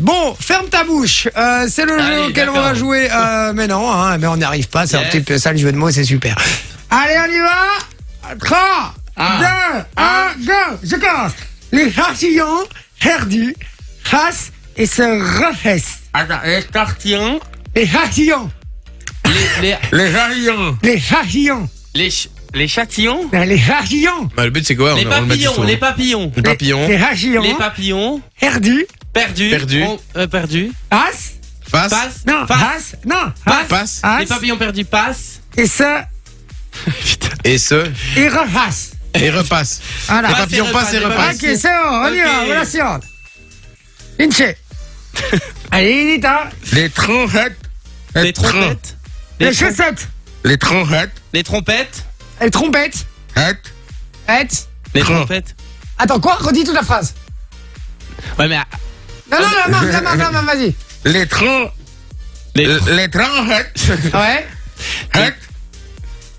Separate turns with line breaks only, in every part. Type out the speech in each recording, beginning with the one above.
Bon, ferme ta bouche. Euh, c'est le jeu
Allez,
auquel on va
d'accord.
jouer. Euh, mais non, hein, mais on n'y arrive pas. C'est un
Yes.
petit peu ça le jeu de mots, c'est super. Allez, on y va. 3,
Un.
2, 1, go. Je commence. Les ratillons, herdus, rassent et se refaissent.
Attends, les tartillons,
Les ratillons,
les. Les, les jarillons,
les ratillons,
les, ch- les chatillons,
les ratillons,
Bah, le but c'est quoi
les
On- on le met du
papillons,
son.
les papillons,
Les papillons,
les ratillons,
les papillons,
herdus,
perdus,
Perdus.
on- euh, perdus,
rassent,
face,
passe,
non,
passe,
rassent, non,
Passe.
Passe.
rassent,
les papillons perdus, passe,
et se,
et ce,
et refassent.
et repasse.
Voilà.
Les
Passe et
papillons
repasse,
passent et
les
repassent.
Ok, c'est bon, on y va,
Ok.
voilà la suivante. Vinci. Allez, vite, hein.
Les tronchettes, Ah,
les trompettes, les,
Les
trom-
chaussettes,
les tronchettes,
les trompettes,
les trompettes,
hâte,
hâte.
les
Tron.
trompettes.
Attends, quoi Redis toute la phrase.
Ouais, mais. ah,
Non, non, la main, la main, la main, vas-y.
les tron,
Les...
les tronchettes,
Ouais.
hâte,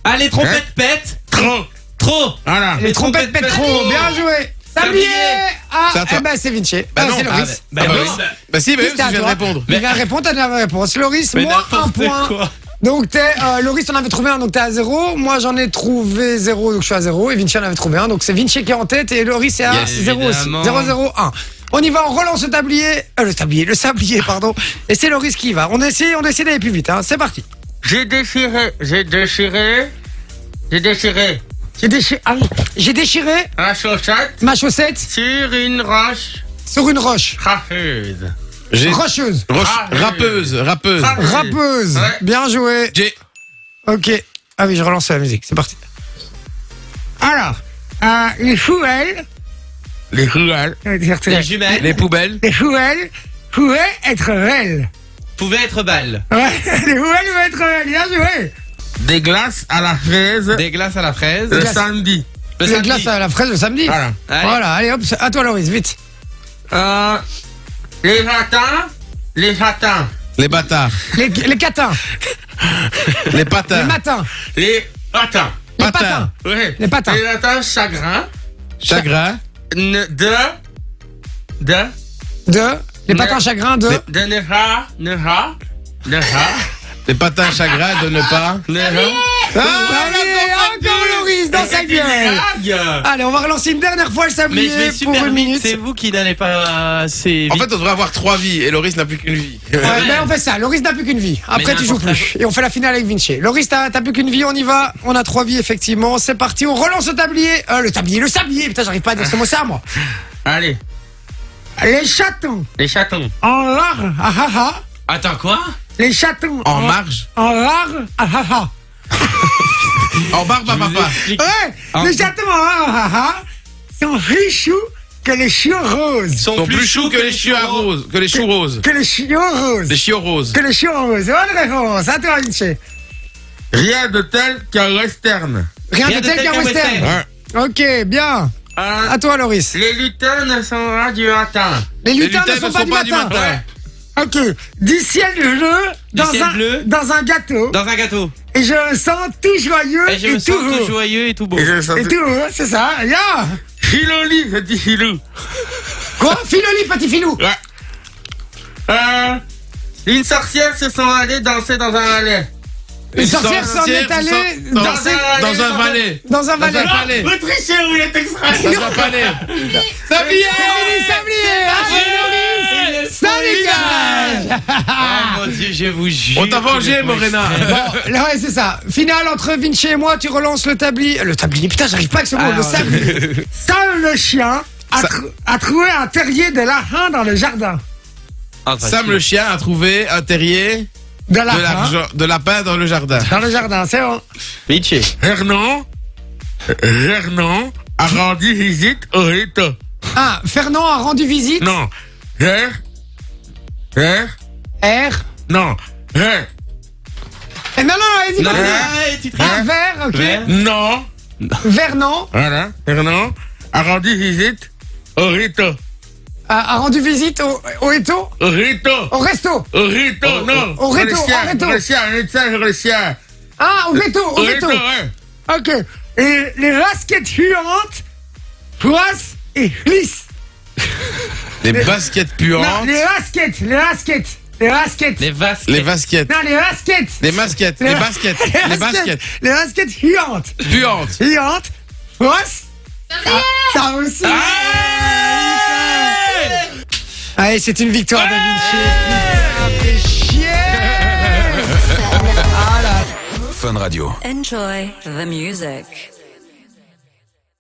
Ah, les
Hein
trompettes pètent
tron.
trop
Voilà.
Les trompettes
trompettes
pétro,
pétro.
bien joué.
Sablier.
Sablier Ah,
C'est à toi.
eh ben c'est Vinci.
Bah
Ah,
non,
c'est
ah,
Loris.
bah, bah
Bah
oui.
non.
Bah si, bah oui,
C'était à
parce que je viens de
toi.
répondre.
Il vient répondre, t'as la réponse. Loris,
Mais
moi, un
n'importe
point.
quoi.
Donc t'es, euh, Loris, on avait trouvé un, donc t'es à zéro. Moi, j'en ai trouvé zéro, donc je suis à zéro. Et Vinci en avait trouvé un, donc c'est Vinci qui est en tête. Et Loris est à
Yes,
zéro aussi.
évidemment.
0, 0, 1. On y va, on relance le tablier. Euh, le tablier, le sablier, pardon. Et c'est Loris qui y va. On essaie, on essaie d'aller plus vite. Hein. C'est parti.
J'ai déchiré, j'ai déchiré, j'ai déchiré
J'ai déchiré, ah oui. J'ai déchiré
un chaussette
ma chaussette
sur une roche
sur une roche.
crafteuse.
J'ai-
Rocheuse.
Roche-
Ah, oui.
Rappeuse, rappeuse.
Ah.
Rappeuse.
Ouais.
Bien joué.
J'ai
Ok. Ah oui, je relance la musique. C'est parti. Alors, euh, les fouelles.
les ruelles,
Les jumelles
les poubelles,
Les fouelles pouvaient être belles.
pouvaient être balles.
Ouais, les fouelles pouvaient être belles. Bien joué.
des glaces à la fraise,
Des glaces à la fraise.
le
Euh, glaces.
samedi.
Le
Les
samedi.
glaces à la fraise le samedi.
Voilà.
Allez.
Voilà, allez hop, à toi Loris, vite.
Euh, les ratins, les ratins,
Les bâtards,
Les, les catins,
les
les
Ah.
patins,
matins,
les ratins.
les
Patins.
patins,
Ouais.
Les patins.
Les ratins chagrins
chagrin,
ne- de, de,
de, les
Mais-
patins chagrins de,
de ne ra, ne ra, ne ra,
les patins chagrins de ne pas.
ne ra.
Ah,
Allez, encore Loris dans sa
C'est une
gueule.
blague.
Allez, on va relancer une dernière fois le
Mais je
sablier
vais
pour
super
une
vite,
minute.
c'est vous qui n'allez pas assez
En
vite.
fait, on devrait avoir trois vies et Loris n'a plus qu'une vie.
Ouais,
Ouais.
ben on fait ça. Loris n'a plus qu'une vie. Après,
Mais
tu joues
n'importe
plus. Et on fait la finale avec Vinci. Loris, t'as t'as plus qu'une vie. On y va. On a trois vies, effectivement. C'est parti. On relance le tablier. Euh, le tablier, le sablier. Putain, j'arrive pas à dire ce mot ça, moi.
Allez,
Les chatons
les chatons.
en lard. Ah, ah, ah.
Attends, quoi
Les chatons
En marge,
en lard. Ah, ah, ah.
en barbe à papa.
Ouais.
Ah.
Les chatons en lard. Ah, ah, ah, sont plus choux que les chiots roses.
Ils sont plus choux que les chiots à roses, que les choux roses,
Que les chiots
les
roses.
chiots roses.
Que les chiots roses. Bonne réponse. À toi, Vinci.
Rien de tel qu'un western.
Rien, de tel qu'un western.
Hein.
Ok, bien.
Euh,
À toi, Loris.
les lutins ne sont pas du matin.
Les
Les
lutins, ne sont, pas, du matin. Ok, du ciel bleu dans,
ciel
un,
bleu.
dans un gâteau.
Dans un gâteau.
Et je me sens tout joyeux
Et
et,
je me
tout
sens tout
heureux.
joyeux et tout beau.
Et je
Et
sentais-
tout heureux, c'est ça. Ya
Filoli, je dis filou.
Quoi Filoli, petit filou
Ouais.
Euh, une sorcière se sont allées danser dans un allée.
Les sorcières s'en
sorcières
est allée
sont- dans-
danser
Dans un valet.
dans un valet.
un- Allez.
Vous trichez ou il est extra
Dans un palais.
Sablier Sablier Salut, gars
Ah mon dieu, je vous jure.
On t'a vengé, Morena.
Bon, là, ouais, c'est ça. Finale entre Vinci et moi, tu relances le tablier. Le tablier, putain, j'arrive pas avec ce mot,
Ah,
le
ouais.
sablier. Seul le chien a,
Ça-
trou- a trouvé un terrier de larin dans le jardin.
Ah,
Sam le chien a trouvé un terrier
De
de,
larin
l'argent- de lapin dans le jardin.
Dans le jardin, c'est bon.
Bitché.
Hernan, Hernan a rendu visite au Rito.
Ah, Fernand a rendu visite.
Non, R, R,
R.
non, R,
Eh, non, non, non, vas-y,
Hein?
Non,
continue.
ouais, tu triches.
Ah, vert, ok.
Vert.
non.
Vernon
Voilà, Hernan a rendu visite au Rito.
a, a rendu visite au, au Eto,
Au Rito,
au resto.
au Rito, non.
au Rito,
Le chien,
au Rito.
Le chien, le chien, le chien.
Ah, au resto, au
Au
resto.
Rito, ouais.
Ok. Et les rasquettes huantes, poissent et glissent.
Les baskets
Non,
puantes.
les baskets, les baskets, les baskets.
Les vasques.
Les baskets.
Non, les baskets.
Les baskets. Les baskets. Les baskets.
Les baskets huantes.
Puantes.
Huantes. Fausse. Ça aussi.
Ah,
Allez, c'est une victoire de Vinci. Putain, t'es chier.
Enjoy the music.